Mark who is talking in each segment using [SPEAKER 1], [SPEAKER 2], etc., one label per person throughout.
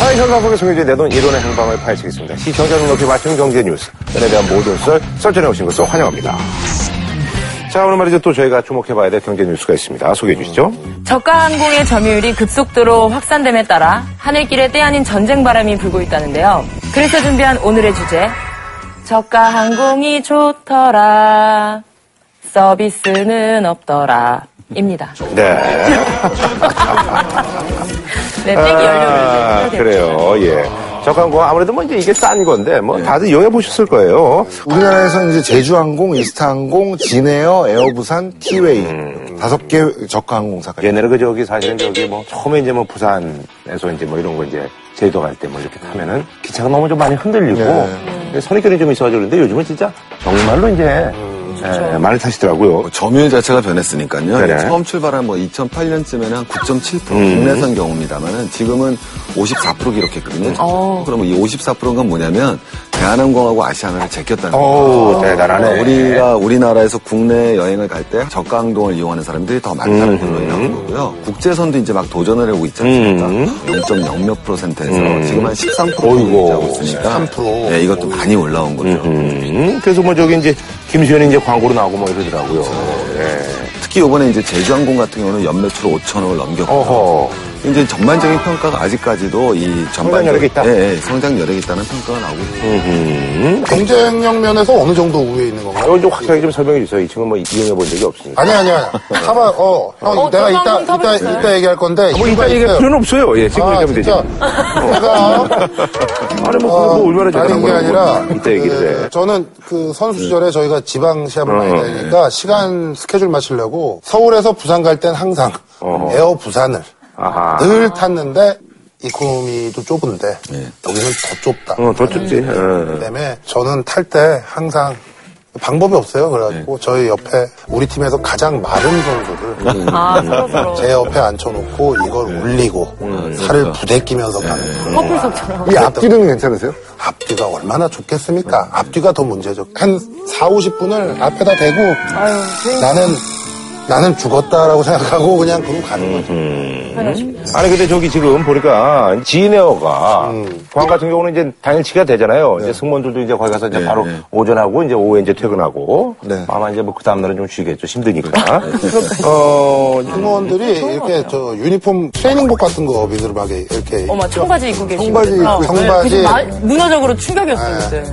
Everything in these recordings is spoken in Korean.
[SPEAKER 1] 사회 아, 현상속에 숨겨진 내돈 이론의 행방을 파헤치겠습니다. 시청자 눈높이 맞춘 경제 뉴스. 연에 대한 모든 썰, 썰전에 오신 것을 환영합니다. 자, 오늘 말이죠. 또 저희가 주목해봐야 될 경제 뉴스가 있습니다. 소개해 주시죠.
[SPEAKER 2] 저가 항공의 점유율이 급속도로 확산됨에 따라 하늘길에 때 아닌 전쟁 바람이 불고 있다는데요. 그래서 준비한 오늘의 주제. 저가 항공이 좋더라. 서비스는 없더라. 입니다.
[SPEAKER 1] 네.
[SPEAKER 2] 네, 땡이 연료를.
[SPEAKER 1] 아,
[SPEAKER 2] 이제 켜야 돼요.
[SPEAKER 1] 그래요. 예. 저가항공 아무래도 뭐 이제 이게 싼 건데 뭐 다들 이용해 보셨을 거예요.
[SPEAKER 3] 우리나라에서 이제 제주항공, 이스타항공, 진에어, 에어부산, 티웨이
[SPEAKER 4] 음.
[SPEAKER 3] 다섯 개 저가항공사가
[SPEAKER 4] 예.
[SPEAKER 1] 옛날에 그 저기 사실은 저기 뭐 처음에 이제 뭐 부산에서 이제 뭐 이런 거 이제 제주도 갈 때 뭐 이렇게 타면은 기차가 너무 좀 많이 흔들리고 예, 선입견이 좀 있어가지고 그런데 요즘은 진짜 정말로 이제
[SPEAKER 5] 음,
[SPEAKER 1] 예, 많이 타시더라고요.
[SPEAKER 4] 점유율 자체가 변했으니까요.
[SPEAKER 1] 네네.
[SPEAKER 4] 처음 출발한 뭐 2008년쯤에는 한 9.7%
[SPEAKER 3] 음.
[SPEAKER 4] 국내선 경우입니다만은 지금은 54% 기록했거든요.
[SPEAKER 3] 어.
[SPEAKER 4] 그러면 이 54%가 뭐냐면 대한항공하고 아시아나를 제꼈다는 거예요.
[SPEAKER 5] 아.
[SPEAKER 1] 어우 대단하네.
[SPEAKER 4] 우리가 우리나라에서 국내 여행을 갈 때 저가항공을 이용하는 사람들이 더 많다는 걸로 일하는 거고요. 국제선도 이제 막 도전을 하고 있지 않습니까? 0.0몇 퍼센트에서 지금 한 13%
[SPEAKER 1] 음. 어이구,
[SPEAKER 4] 정도 하고 있으니까 네, 이것도 많이 올라온 거죠.
[SPEAKER 1] 음, 그래서 뭐 저기 이제 김수현이 이제 광고로 나오고 뭐 이러더라고요. 예.
[SPEAKER 4] 특히 이번에 이제 제주항공 같은 경우는 연매출 5천억을 넘겼고
[SPEAKER 1] 어허.
[SPEAKER 4] 이제 전반적인 평가가 아직까지도 이 전반
[SPEAKER 1] 성장 여력이 있다.
[SPEAKER 4] 예, 예, 성장 여력이 있다는 평가가 나오고 있습니다.
[SPEAKER 5] 경쟁력 면에서 어느 정도 우위에 있는 건가요?
[SPEAKER 1] 이건 좀 확실하게 좀 설명해 주세요. 이 친구 뭐 이용해 본 적이 없으니까.
[SPEAKER 5] 아니야, 아니야. 사봐, 어, 형,
[SPEAKER 2] 어,
[SPEAKER 5] 내가
[SPEAKER 2] 저도
[SPEAKER 5] 이따,
[SPEAKER 2] 한번
[SPEAKER 5] 이따,
[SPEAKER 2] 사봤어요.
[SPEAKER 5] 이따 얘기할 건데.
[SPEAKER 1] 뭐 이따 얘기할 필요는 없어요. 예, 지금
[SPEAKER 5] 아,
[SPEAKER 1] 얘기하면 되죠.
[SPEAKER 5] 진짜. 내가,
[SPEAKER 1] 아니 뭐, 뭐 얼마나
[SPEAKER 5] 다른
[SPEAKER 1] 잘하는
[SPEAKER 5] 게
[SPEAKER 1] 거야.
[SPEAKER 5] 아니라,
[SPEAKER 1] 뭐 이따 얘기를
[SPEAKER 5] 그,
[SPEAKER 1] 해. 어,
[SPEAKER 5] 저는 그 선수 시절에 저희가 지방 시합을 많이 다니니까
[SPEAKER 1] 네.
[SPEAKER 5] 시간 스케줄 맞추려고 서울에서 부산 갈 땐 항상 에어 부산을
[SPEAKER 1] 아하.
[SPEAKER 5] 늘 탔는데 이코노미도 좁은데 여기는 더 좁다.
[SPEAKER 1] 네. 어, 더 춥지. 어.
[SPEAKER 5] 그다음에 저는 탈 때 항상 방법이 없어요. 그래가지고
[SPEAKER 1] 네.
[SPEAKER 5] 저희 옆에 우리 팀에서 가장 마른
[SPEAKER 1] 음.
[SPEAKER 5] 선수를
[SPEAKER 2] 아, 서로 서로.
[SPEAKER 5] 제 옆에 앉혀놓고 이걸
[SPEAKER 1] 네.
[SPEAKER 5] 올리고
[SPEAKER 1] 음.
[SPEAKER 5] 살을
[SPEAKER 1] 그러니까.
[SPEAKER 5] 부대끼면서 가는 거예요.
[SPEAKER 2] 커플석처럼.
[SPEAKER 3] 이 앞뒤는 괜찮으세요?
[SPEAKER 5] 앞뒤가 얼마나 좋겠습니까? 앞뒤가 더 문제죠. 한 4, 50분을 앞에다 대고
[SPEAKER 2] 아유, 그러니까. 괜히
[SPEAKER 5] 나는 나는 죽었다라고 생각하고 그냥 그러고 가는
[SPEAKER 3] 음,
[SPEAKER 5] 거죠.
[SPEAKER 2] 편하시고.
[SPEAKER 1] 아니 근데 저기 지금 보니까 지네어가
[SPEAKER 3] 음.
[SPEAKER 1] 광 같은 경우는 이제 당일치가 되잖아요.
[SPEAKER 3] 네.
[SPEAKER 1] 이제 승무원들도 이제 거기 가서 이제 바로 오전하고 이제 오후에 이제 퇴근하고
[SPEAKER 3] 네.
[SPEAKER 1] 아마 이제 뭐 그 다음 날은 좀 쉬겠죠. 힘드니까. 어,
[SPEAKER 5] 승무원들이
[SPEAKER 2] 음,
[SPEAKER 5] 이렇게 저 유니폼 트레이닝복 같은 거 비스듬하게 이렇게
[SPEAKER 2] 어머, 청바지 입고 계시고.
[SPEAKER 5] 청바지 입고, 청바지. 아, 음,
[SPEAKER 2] 문화적으로 충격이었어요, 그때.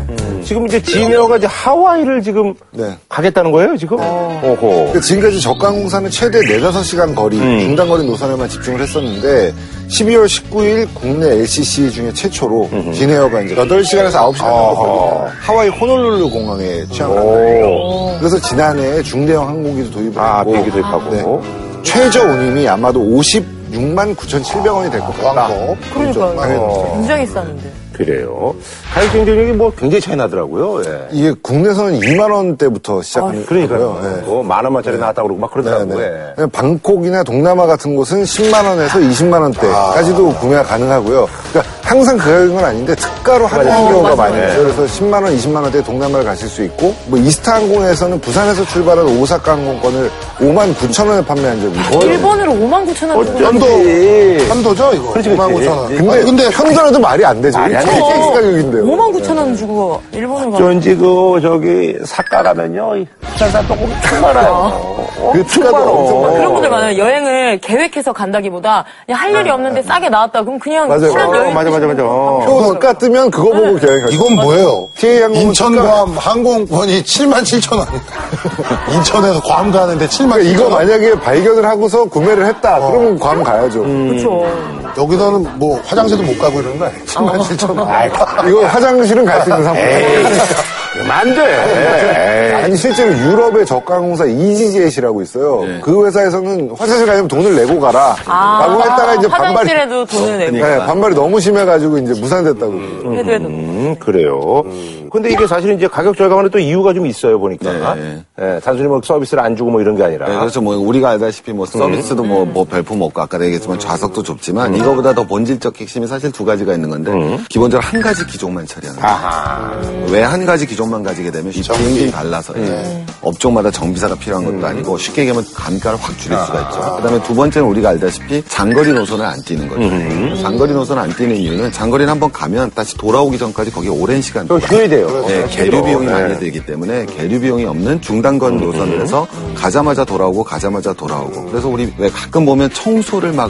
[SPEAKER 1] 지금 이제 지네어가 이제 하와이를 지금
[SPEAKER 3] 네.
[SPEAKER 1] 가겠다는 거예요, 지금? 오호.
[SPEAKER 3] 그러니까 지금까지 저가항공사는 최대 4, 5시간 거리,
[SPEAKER 5] 음.
[SPEAKER 3] 중단거리 노선에만 집중을 했었는데 12월 19일 국내 LCC 중에 최초로
[SPEAKER 5] 음,
[SPEAKER 3] 진에어가 이제 8시간에서 9시간 정도 걸리는 어. 하와이 호놀룰루 공항에 취항을 한
[SPEAKER 1] 오.
[SPEAKER 3] 거예요. 그래서 지난해 중대형 항공기도 도입을
[SPEAKER 1] 아,
[SPEAKER 3] 했고
[SPEAKER 1] 비행기 도입하고.
[SPEAKER 3] 네. 최저 운임이 아마도 56만 9,700원이 될 것 같다.
[SPEAKER 5] 왕복.
[SPEAKER 2] 그러니까요. 굉장히 쌌는데.
[SPEAKER 1] 그래요. 가격 경쟁력이 뭐 굉장히 차이 나더라고요. 예.
[SPEAKER 3] 이게 국내선은 2만 원대부터 시작하는
[SPEAKER 2] 아,
[SPEAKER 1] 그러니까요.
[SPEAKER 3] 거고요. 예.
[SPEAKER 1] 뭐, 만 원만짜리 나왔다고 그러고 막 그러더라고요. 예.
[SPEAKER 3] 네, 네. 방콕이나 동남아 같은 곳은 10만 원에서 20만 원대까지도
[SPEAKER 1] 아.
[SPEAKER 3] 구매가 가능하고요. 그러니까 항상 그 가격은 아닌데 특가로 하는 경우가 많이
[SPEAKER 1] 네.
[SPEAKER 3] 있죠. 그래서 10만 원, 20만 원대 동남아를 가실 수 있고 뭐 이스타항공에서는 부산에서 출발한 오사카 항공권을 5만 9천 원에 판매한 적이 있어요.
[SPEAKER 2] 일본으로 5만 9천 원.
[SPEAKER 5] 현도
[SPEAKER 1] 그렇지.
[SPEAKER 5] 현도죠 이거.
[SPEAKER 1] 그렇지,
[SPEAKER 5] 5만
[SPEAKER 1] 그렇지.
[SPEAKER 5] 5천 원.
[SPEAKER 1] 예.
[SPEAKER 3] 근데,
[SPEAKER 5] 아니, 근데
[SPEAKER 3] 현도라도 말이 안 되죠.
[SPEAKER 1] 말이 안 되죠.
[SPEAKER 3] 이 가격인데요.
[SPEAKER 2] 5만 9천 어. 원 주고 일본으로 가.
[SPEAKER 1] 어쩐지 그 저기 삿가 가면요 이 부산산 떡국 엄청
[SPEAKER 2] 어.
[SPEAKER 1] 많아요. 어,
[SPEAKER 3] 그 특가도 엄청 많아요.
[SPEAKER 2] 그런 분들 많아요. 여행을 계획해서 간다기보다 그냥 할 일이 없는데 싸게 나왔다. 그럼 그냥
[SPEAKER 3] 네. 맞아요.
[SPEAKER 2] 친한
[SPEAKER 3] 어,
[SPEAKER 2] 여행.
[SPEAKER 1] 맞아 맞아 맞아.
[SPEAKER 5] 그러니까.
[SPEAKER 3] 저가 뜨면 그거 보고 계획하죠.
[SPEAKER 5] 이건 네. 뭐예요?
[SPEAKER 3] TA 항공은
[SPEAKER 5] 인천괌 항공권이 7만 7천 원. 인천에서 괌 가는데 7만
[SPEAKER 3] 그러니까 이거
[SPEAKER 5] 7천 원.
[SPEAKER 3] 만약에 발견을 하고서 구매를 했다.
[SPEAKER 5] 어.
[SPEAKER 3] 그러면 괌 가야죠.
[SPEAKER 5] 음.
[SPEAKER 2] 그렇죠.
[SPEAKER 3] 음.
[SPEAKER 5] 여기서는 뭐 화장실도 못 가고 이러는 거 아니에요? 7만 7천 원.
[SPEAKER 3] 이거 화장실은 갈 수 있는 상품.
[SPEAKER 1] 그러면 안 돼.
[SPEAKER 3] 아니 실제로 유럽의 저가항공사 EasyJet이라고 있어요.
[SPEAKER 5] 예.
[SPEAKER 3] 그 회사에서는 화장실 가려면 돈을 내고 가라.
[SPEAKER 2] 아,
[SPEAKER 3] 라고 했다가 이제 반발이
[SPEAKER 2] 화장실에도 돈을 내고
[SPEAKER 3] 네, 반발이 너무 심해가지고 이제 무산됐다고.
[SPEAKER 2] 해도 해도.
[SPEAKER 1] 음 그래요. 근데 이게 사실 이제 가격 절감하는 또 이유가 좀 있어요 보니까.
[SPEAKER 4] 네.
[SPEAKER 1] 예, 단순히 뭐 서비스를 안 주고 뭐 이런 게 아니라.
[SPEAKER 4] 네, 그렇죠. 뭐 우리가 알다시피 뭐 서비스도 뭐, 뭐 별품 없고 아까 얘기했지만 좌석도 좁지만 이거보다 더 음. 본질적 핵심이 사실 두 가지가 있는 건데 기본적으로 한 가지 기종만 처리하는 거예요. 왜 한 가지 기종만 가지게 되면 이 비행기 음. 달라서 예. 업종마다 정비사가 필요한 것도 아니고 쉽게 얘기하면 단가를 확 줄일 수가 있죠. 그다음에 두 번째는 우리가 알다시피 장거리 노선을 안 뛰는 거죠. 장거리 노선을 안 뛰는 이유는 장거리를 한번 가면 다시 돌아오기 전까지 거기에 오랜 시간
[SPEAKER 1] 또 휴일이 그 돼요. 어,
[SPEAKER 4] 네, 계류 비용이
[SPEAKER 1] 예.
[SPEAKER 4] 많이 들기 때문에 계류 비용이 없는 중단건 노선에서 가자마자 돌아오고 가자마자 돌아오고 그래서 우리 왜 가끔 보면 청소를 막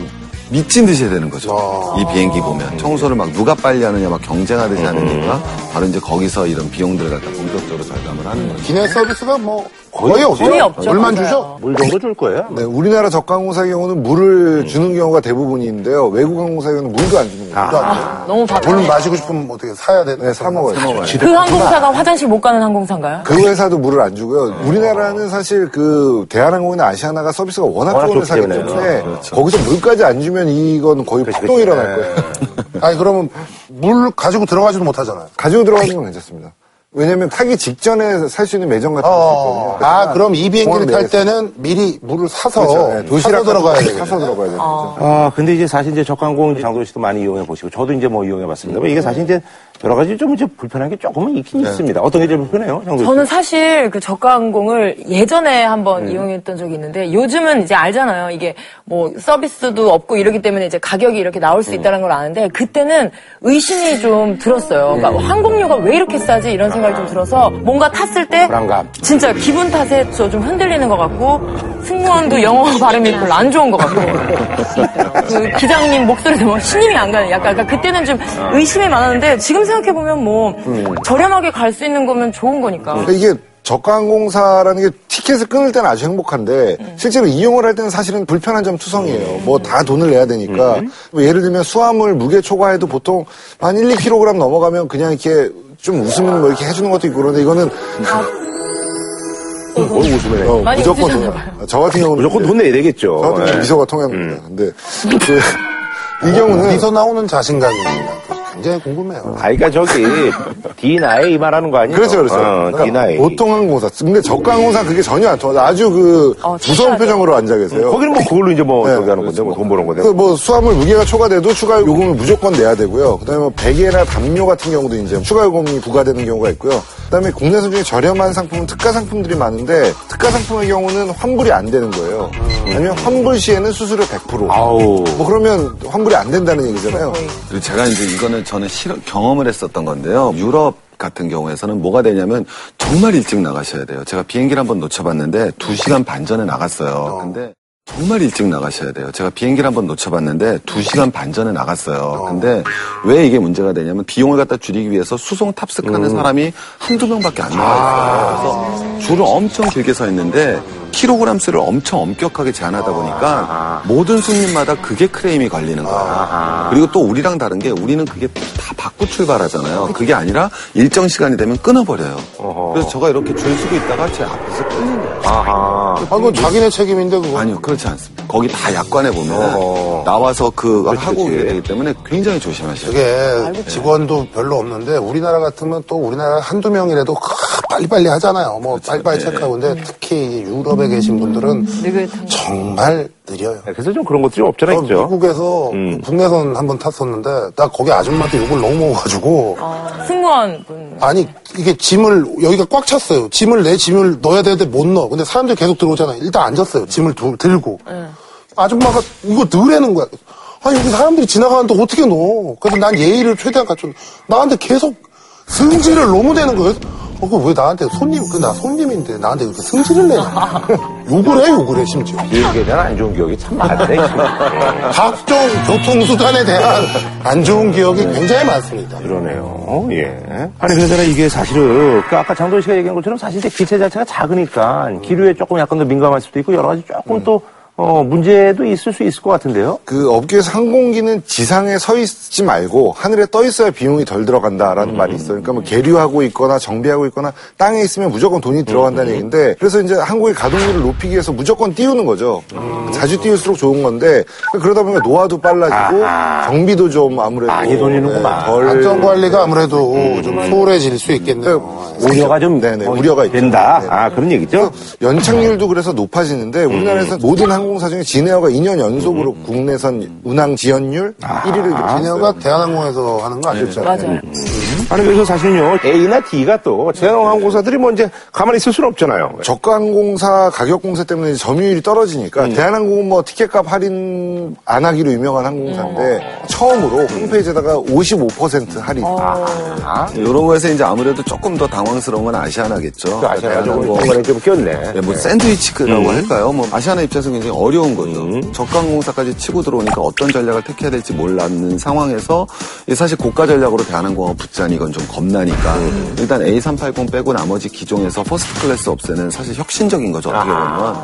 [SPEAKER 4] 미친 듯이 해야 되는 거죠. 이 비행기 보면 청소를 막 누가 빨리 하느냐 막 경쟁하듯이 하는 이유가 바로 이제 거기서 이런 비용들을 갖다 본격적으로 절감을 하는 거죠.
[SPEAKER 5] 기내 서비스가 뭐 거의 없죠.
[SPEAKER 2] 거의 없죠.
[SPEAKER 5] 물만
[SPEAKER 2] 맞아요.
[SPEAKER 5] 주죠.
[SPEAKER 1] 물 정도 줄 거예요.
[SPEAKER 3] 네, 우리나라 적항공사의 경우는 물을
[SPEAKER 5] 음.
[SPEAKER 3] 주는 경우가 대부분인데요. 외국 항공사의 경우는 물도 안 주는
[SPEAKER 5] 아.
[SPEAKER 3] 거예요.
[SPEAKER 2] 너무 바
[SPEAKER 5] 물은 마시고 싶으면 어떻게 사야 되나?
[SPEAKER 3] 네, 사 먹어요.
[SPEAKER 2] 그 항공사가 화장실 못 가는 항공사인가요?
[SPEAKER 3] 그 회사도 물을 안 주고요.
[SPEAKER 5] 음.
[SPEAKER 3] 우리나라는 사실 그 대한항공이나 아시아나가 서비스가 워낙,
[SPEAKER 1] 워낙 좋기
[SPEAKER 3] 좋은 회사이기
[SPEAKER 1] 때문에요.
[SPEAKER 5] 아,
[SPEAKER 3] 때문에
[SPEAKER 5] 그렇죠.
[SPEAKER 3] 거기서 물까지 안 주면 이건 거의 폭동 일어날 거예요.
[SPEAKER 5] 네. 아니 그러면 물 가지고 들어가지도 못하잖아요.
[SPEAKER 3] 가지고 들어가는 건 괜찮습니다. 왜냐면 타기 직전에 살 수 있는 매점 같은 거 있거든요.
[SPEAKER 5] 어. 아 그럼 이 비행기를
[SPEAKER 3] 공항
[SPEAKER 5] 탈
[SPEAKER 3] 내에서.
[SPEAKER 5] 때는 미리 물을 사서
[SPEAKER 3] 그렇죠. 네,
[SPEAKER 5] 사서
[SPEAKER 3] 도시락
[SPEAKER 5] 들어가야
[SPEAKER 3] 같은 거
[SPEAKER 5] 되겠네.
[SPEAKER 3] 사서 들어가야 되는 거죠.
[SPEAKER 1] 아, 근데 이제 사실 이제 적항공 장도연 씨도 많이 이용해 보시고 저도 이제 뭐 이용해 봤습니다. 이게 사실 이제 여러 가지 좀 이제 불편한 게 조금은 있긴 있습니다. 어떤 게 제일 불편해요, 장도연 씨?
[SPEAKER 3] 그렇죠.
[SPEAKER 2] 저는 사실 그 저가항공을 예전에 한번
[SPEAKER 3] 네.
[SPEAKER 2] 이용했던 적이 있는데 요즘은 이제 알잖아요. 이게 뭐 서비스도 없고 이러기 때문에 이제 가격이 이렇게 나올
[SPEAKER 3] 네.
[SPEAKER 2] 수 있다는 걸 아는데 그때는 의심이 좀 들었어요.
[SPEAKER 3] 네.
[SPEAKER 2] 그러니까 항공료가 왜 이렇게 싸지 이런 생각이 좀 들어서 뭔가 탔을 때
[SPEAKER 1] 불안감.
[SPEAKER 2] 진짜 기분 탓에 저 좀 흔들리는 것 같고 승무원도 영어 발음이 별로 안 좋은 것 같고 그 기장님 목소리도 뭐 신임이 안 가는 약간 그러니까 그때는 좀 의심이 많았는데 지금 생각해 보면 뭐 저렴하게 갈 수 있는 거면 좋은 거니까
[SPEAKER 3] 그러니까 이게 저가항공사라는 게 티켓을 끊을 때는 아주 행복한데
[SPEAKER 2] 음.
[SPEAKER 3] 실제로 이용을 할 때는 사실은 불편한 점 투성이에요. 뭐 다 돈을 내야 되니까
[SPEAKER 2] 음.
[SPEAKER 3] 뭐 예를 들면 수화물 무게 초과해도 보통 한 1, 2kg 넘어가면 그냥 이렇게 좀 웃으면 뭐 이렇게 해주는 것도 있고 그런데 이거는
[SPEAKER 1] 뭘 웃으면 해요?
[SPEAKER 3] 어,
[SPEAKER 2] 많이
[SPEAKER 3] 무조건
[SPEAKER 2] 웃으셨나 어,
[SPEAKER 3] 돈. 네. 저 같은 경우는
[SPEAKER 1] 무조건 돈 내야 되겠죠.
[SPEAKER 3] 저 같은 경우는
[SPEAKER 1] 예.
[SPEAKER 3] 미소가 통합니다.
[SPEAKER 2] 음.
[SPEAKER 3] 근데 그, 이 경우는
[SPEAKER 5] 어디서 나오는 자신감입니다. 굉장히 궁금해요.
[SPEAKER 1] 아, 그러니까 저기 디나이 이 말하는 거 아니에요?
[SPEAKER 3] 그렇죠, 그렇죠.
[SPEAKER 1] 어,
[SPEAKER 3] 그러니까
[SPEAKER 1] 디나이.
[SPEAKER 3] 보통 항공사. 근데 저가 항공사 그게 전혀 안 통하죠. 아주 그
[SPEAKER 2] 어,
[SPEAKER 3] 무서운
[SPEAKER 2] 특이하죠.
[SPEAKER 3] 표정으로 앉아 계세요.
[SPEAKER 1] 거기는 뭐 그걸로 이제 뭐
[SPEAKER 3] 네,
[SPEAKER 1] 저기 하는 건데, 뭐 돈 버는 건데.
[SPEAKER 3] 그래서 뭐 수화물 무게가 초과돼도 추가 요금을 무조건 내야 되고요. 그다음에 뭐 베개나 담요 같은 경우도 이제 추가 요금이 부과되는 경우가 있고요. 그다음에 국내선 중에 저렴한 상품은 특가 상품들이 많은데 특가 상품의 경우는 환불이 안 되는 거예요. 아니면 환불 시에는 수수료 100%.
[SPEAKER 1] 아우.
[SPEAKER 3] 뭐 그러면 환불이 안 된다는 얘기잖아요.
[SPEAKER 4] 그리고 제가 이제 이거는 저는 실험, 경험을 했었던 건데요. 유럽 같은 경우에서는 뭐가 되냐면 정말 일찍 나가셔야 돼요. 제가 비행기를 한번 놓쳐봤는데 2시간 반 전에 나갔어요. 근데 정말 일찍 나가셔야 돼요. 제가 비행기를 한번 놓쳐봤는데 2시간 반 전에 나갔어요. 근데 왜 이게 문제가 되냐면 비용을 갖다 줄이기 위해서 수송 탑승하는 사람이 한두 명밖에 안 나와 있어요. 그래서 줄을 엄청 길게 서 있는데 킬로그램 수를 엄청 엄격하게 제한하다 보니까 모든 손님마다 그게 크레임이 걸리는 거예요. 아. 그리고 또 우리랑 다른 게 우리는 그게 다 받고 출발하잖아요. 그게 아니라 일정 시간이 되면 끊어버려요. 그래서 제가 이렇게 줄 서고 있다가 제 앞에서 끊는 거예요.
[SPEAKER 5] 아, 그건 자기네 책임인데 그거.
[SPEAKER 4] 아니요, 그렇지 않습니다. 거기 다 약관에 보면 나와서 그걸 하고 오게 되기 때문에 굉장히 조심하셔야 돼요.
[SPEAKER 5] 그게 직원도 별로 없는데 우리나라 같으면 또 우리나라 한두 명이라도 빨리빨리 하잖아요. 뭐
[SPEAKER 1] 그렇죠. 네.
[SPEAKER 5] 빨리빨리 체크하고 근데 특히 이 유럽에 계신 분들은
[SPEAKER 2] 음. 느긋한
[SPEAKER 5] 정말 느려요.
[SPEAKER 1] 네, 그래서 좀 그런 것들이 없잖아
[SPEAKER 5] 저
[SPEAKER 1] 있죠. 음.
[SPEAKER 5] 미국에서 국내선 한 번 탔었는데 나 거기 아줌마한테 욕을 너무 먹어가지고
[SPEAKER 2] 어, 승무원분
[SPEAKER 5] 아니 이게 짐을 여기가 꽉 찼어요. 짐을 내 짐을 넣어야 되는데 못 넣어. 근데 사람들이 계속 들어오잖아요. 일단 앉았어요. 짐을 두- 들고 아줌마가 이거 넣으라는 거야. 아니 여기 사람들이 지나가는데 어떻게 넣어? 그래서 난 예의를 최대한 갖춰. 나한테 계속 승질을 너무 대는 거예요. 어, 그거 왜 나한테 손님, 그 나 손님인데 나한테 이렇게 승질을 내냐. 욕을 해, 욕을 해, 심지어.
[SPEAKER 1] 미국에 대한 안 좋은 기억이 참뭐 많네. 지금.
[SPEAKER 5] 각종 교통수단에 대한 안 좋은 기억이 굉장히 많습니다.
[SPEAKER 1] 그러네요. 예. 아니, 그러잖아, 이게 사실은, 그 아까 장도연 씨가 얘기한 것처럼 사실 이제 기체 자체가 작으니까 기류에 조금 약간 더 민감할 수도 있고 여러 가지 조금 또, 어, 문제도 있을 수 있을 것 같은데요.
[SPEAKER 3] 그 업계에서 항공기는 지상에 서 있지 말고 하늘에 떠 있어야 비용이 덜 들어간다라는
[SPEAKER 1] 음,
[SPEAKER 3] 말이 있어요. 그러니까 뭐 계류하고 있거나 정비하고 있거나 땅에 있으면 무조건
[SPEAKER 1] 음,
[SPEAKER 3] 돈이 들어간다는 얘기인데 그래서 이제 항공의 가동률을 높이기 위해서 무조건 띄우는 거죠.
[SPEAKER 1] 음.
[SPEAKER 3] 자주 띄울수록 좋은 건데 그러다 보니까 노화도 빨라지고 정비도 좀 아무래도
[SPEAKER 1] 아,
[SPEAKER 3] 네,
[SPEAKER 1] 많이 돈이는구만.
[SPEAKER 3] 덜
[SPEAKER 5] 안전관리가 아무래도 좀 소홀해질 수 있겠네요.
[SPEAKER 3] 그러니까
[SPEAKER 1] 우려가 좀
[SPEAKER 3] 네네,
[SPEAKER 1] 어,
[SPEAKER 3] 우려가 있죠.
[SPEAKER 1] 된다.
[SPEAKER 3] 네.
[SPEAKER 1] 아, 그런 얘기죠.
[SPEAKER 3] 연착률도 그래서 높아지는데
[SPEAKER 1] 음.
[SPEAKER 3] 우리나라에서 모든 항공사 중에 진에어가 2년 연속으로
[SPEAKER 1] 아,
[SPEAKER 3] 국내선 운항 지연율 1위를 기록했어요.
[SPEAKER 5] 기내가 대한항공에서 아, 하는 거
[SPEAKER 2] 네,
[SPEAKER 5] 아시죠? 네.
[SPEAKER 2] 맞아요.
[SPEAKER 1] 아니 그래서 사실은요 A나 D가 또 대한항공사들이 뭐 이제 가만히 있을 수는 없잖아요.
[SPEAKER 3] 네. 저가 항공사 가격 공세 때문에 이제 점유율이 떨어지니까 대한항공은 뭐 티켓값 할인 안 하기로 유명한 항공사인데 처음으로 홈페이지에다가 55% 할인.
[SPEAKER 4] 이런 거에서 이제 아무래도 조금 더 당황스러운 건 아시아나겠죠. 그러니까
[SPEAKER 1] 그 아시아가 좀
[SPEAKER 4] 대한항공.
[SPEAKER 1] 중간에 좀 꼈네.
[SPEAKER 4] 예, 뭐 샌드위치라고 할까요? 뭐 아시아나 입장에서 굉장히 어려운 거죠. 저가항공사까지 치고 들어오니까 어떤 전략을 택해야 될지 몰랐는 상황에서 이 사실 고가 전략으로 대한항공하고 붙자니 이건 좀 겁나니까 일단 A380 빼고 나머지 기종에서 퍼스트 클래스 없애는 사실 혁신적인 거죠. 어떻게 보면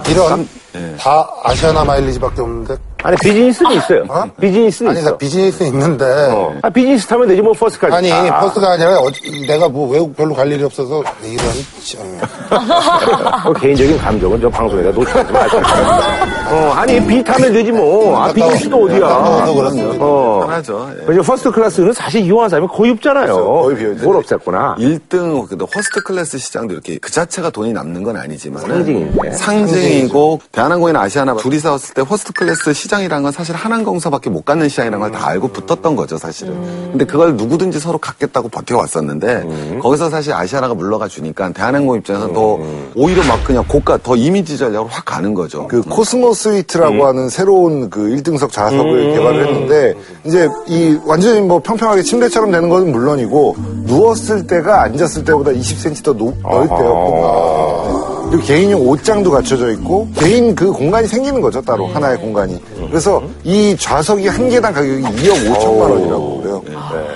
[SPEAKER 5] 이런 다 아시아나 마일리지밖에 없는데
[SPEAKER 1] 아니 비즈니스는 있어요.
[SPEAKER 5] 어?
[SPEAKER 1] 비즈니스는
[SPEAKER 5] 아니 나
[SPEAKER 1] 있어.
[SPEAKER 5] 비즈니스 있는데
[SPEAKER 1] 어. 아, 비즈니스 타면 되지 뭐 퍼스까지.
[SPEAKER 5] 아니
[SPEAKER 1] 아.
[SPEAKER 5] 버스가 아니라 어- 내가 뭐 외국 별로 갈 일이 없어서 얘기를 하니 치- 어.
[SPEAKER 1] 어, 개인적인 감정은 저 방송에다 놓지 마시고. 어, 아니 비 타면 되지 뭐. 아 비즈니스도 어디야.
[SPEAKER 5] 가까워서 그렇습니다.
[SPEAKER 1] 어.
[SPEAKER 4] 편하죠. 예.
[SPEAKER 1] 이제 퍼스트 클래스는 사실 이용한 사람이 거의 없잖아요.
[SPEAKER 4] 거의 비어있는데.
[SPEAKER 1] 뭘 없앴구나.
[SPEAKER 4] 1등, 근데 허스트 클래스 시장도 이렇게 그 자체가 돈이 남는 건 아니지만
[SPEAKER 1] 상징인데.
[SPEAKER 4] 상징이고 대한항공이나 아시아나 둘이 싸웠을 때 허스트 클래스 시장이라는 건 사실 한항공사밖에 못 갖는 시장이라는 걸 다 알고 붙었던 거죠 사실은. 근데 그걸 누구든지 서로 갖겠다고 버텨왔었는데 거기서 사실 아시아나가 물러가 주니까 대한항공 입장에서 더 오히려 막 그냥 고가 더 이미지 전략으로 확 가는 거죠.
[SPEAKER 3] 그 코스모 스위트라고 하는 새로운 그 1등석 좌석을 개발을 했는데 이제 이 완전히 뭐 평평하게 침대처럼 되는 것은 물론이고 누웠을 때가 앉았을 때보다 20cm 더 높- 넓대요. 공간이. 그리고 개인용 옷장도 갖춰져 있고 개인 그 공간이 생기는 거죠 따로 하나의 공간이. 그래서 이 좌석이 한 개당 가격이 2억 5천만 원이라고 그래요.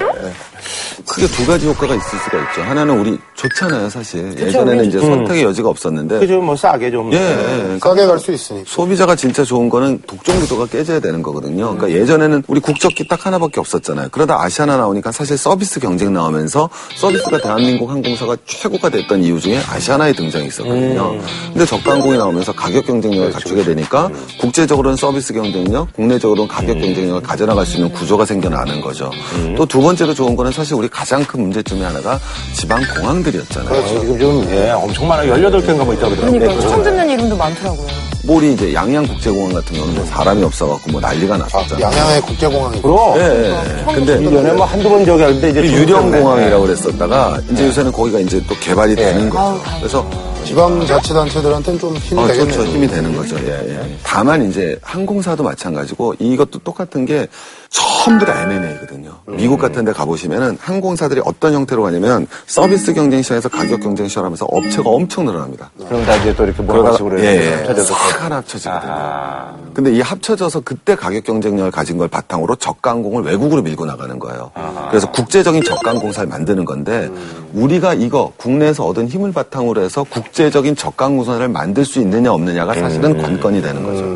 [SPEAKER 4] 크게 두 가지 효과가 있을 수가 있죠. 하나는 우리 좋잖아요 사실. 예전에는 이제 선택의 여지가 없었는데
[SPEAKER 1] 그죠 뭐 싸게 좀.
[SPEAKER 4] 예, 예.
[SPEAKER 5] 싸게 갈 수 있으니까
[SPEAKER 4] 소비자가 진짜 좋은 거는 독점 구도가 깨져야 되는 거거든요. 그러니까 예전에는 우리 국적기 딱 하나밖에 없었잖아요. 그러다 아시아나 나오니까 사실 서비스 경쟁 나오면서 서비스가 대한민국 항공사가 최고가 됐던 이유 중에 아시아나의 등장이 있었거든요. 근데 저가항공이 나오면서 가격 경쟁력을 갖추게 되니까 국제적으로는 서비스 경쟁력, 국내적으로는 가격 경쟁력을 가져나갈 수 있는 구조가 생겨나는 거죠. 또 두 번째로 좋은 거는 사실 우리 가장 큰 문제 중에 하나가 지방 공항들이었잖아요.
[SPEAKER 1] 지금 좀, 예, 엄청 많아. 18개인가 뭐 있다고 그러더라고요.
[SPEAKER 2] 그러니까 처음 듣는 이름도 많더라고요.
[SPEAKER 4] 뭐 몰이 이제 양양국제공항 같은 경우는 뭐 사람이 없어갖고 뭐 난리가 났었잖아요.
[SPEAKER 5] 양양의 국제공항이
[SPEAKER 1] 그럼.
[SPEAKER 4] 예, 예. 근데
[SPEAKER 1] 이전에 뭐 한두 번 저기 할때 이제.
[SPEAKER 5] 네.
[SPEAKER 4] 유령공항이라고 그랬었다가 이제 요새는 거기가 이제 또 개발이
[SPEAKER 5] 네.
[SPEAKER 4] 되는 거죠. 그래서
[SPEAKER 5] 지방자치단체들한테는 좀 힘이
[SPEAKER 4] 어,
[SPEAKER 5] 되겠네요
[SPEAKER 4] 좋죠. 힘이 되는 거죠. 예, 예. 다만 이제 항공사도 마찬가지고 이것도 똑같은 게 전부 다 M&A거든요.
[SPEAKER 5] 음.
[SPEAKER 4] 미국 같은 데 가보시면은 항공사들이 어떤 형태로 가냐면 서비스 경쟁 시장에서 가격 경쟁 시장하면서 업체가 엄청 늘어납니다.
[SPEAKER 1] 그럼 다 이제 또 이렇게 모라가식으로
[SPEAKER 4] 예, 예.
[SPEAKER 1] 찾아서.
[SPEAKER 4] 싹 하나 합쳐지거든요. 아. 근데 이 합쳐져서 그때 가격 경쟁력을 가진 걸 바탕으로 저가항공을 외국으로 밀고 나가는 거예요. 그래서 국제적인 저가항공사를 만드는 건데 우리가 이거 국내에서 얻은 힘을 바탕으로 해서 국제적인 저가항공사를 만들 수 있느냐 없느냐가 사실은 관건이 되는 거죠.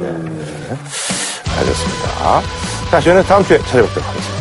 [SPEAKER 1] 알겠습니다. 자, 저희는 다음 주에 찾아뵙도록 하겠습니다.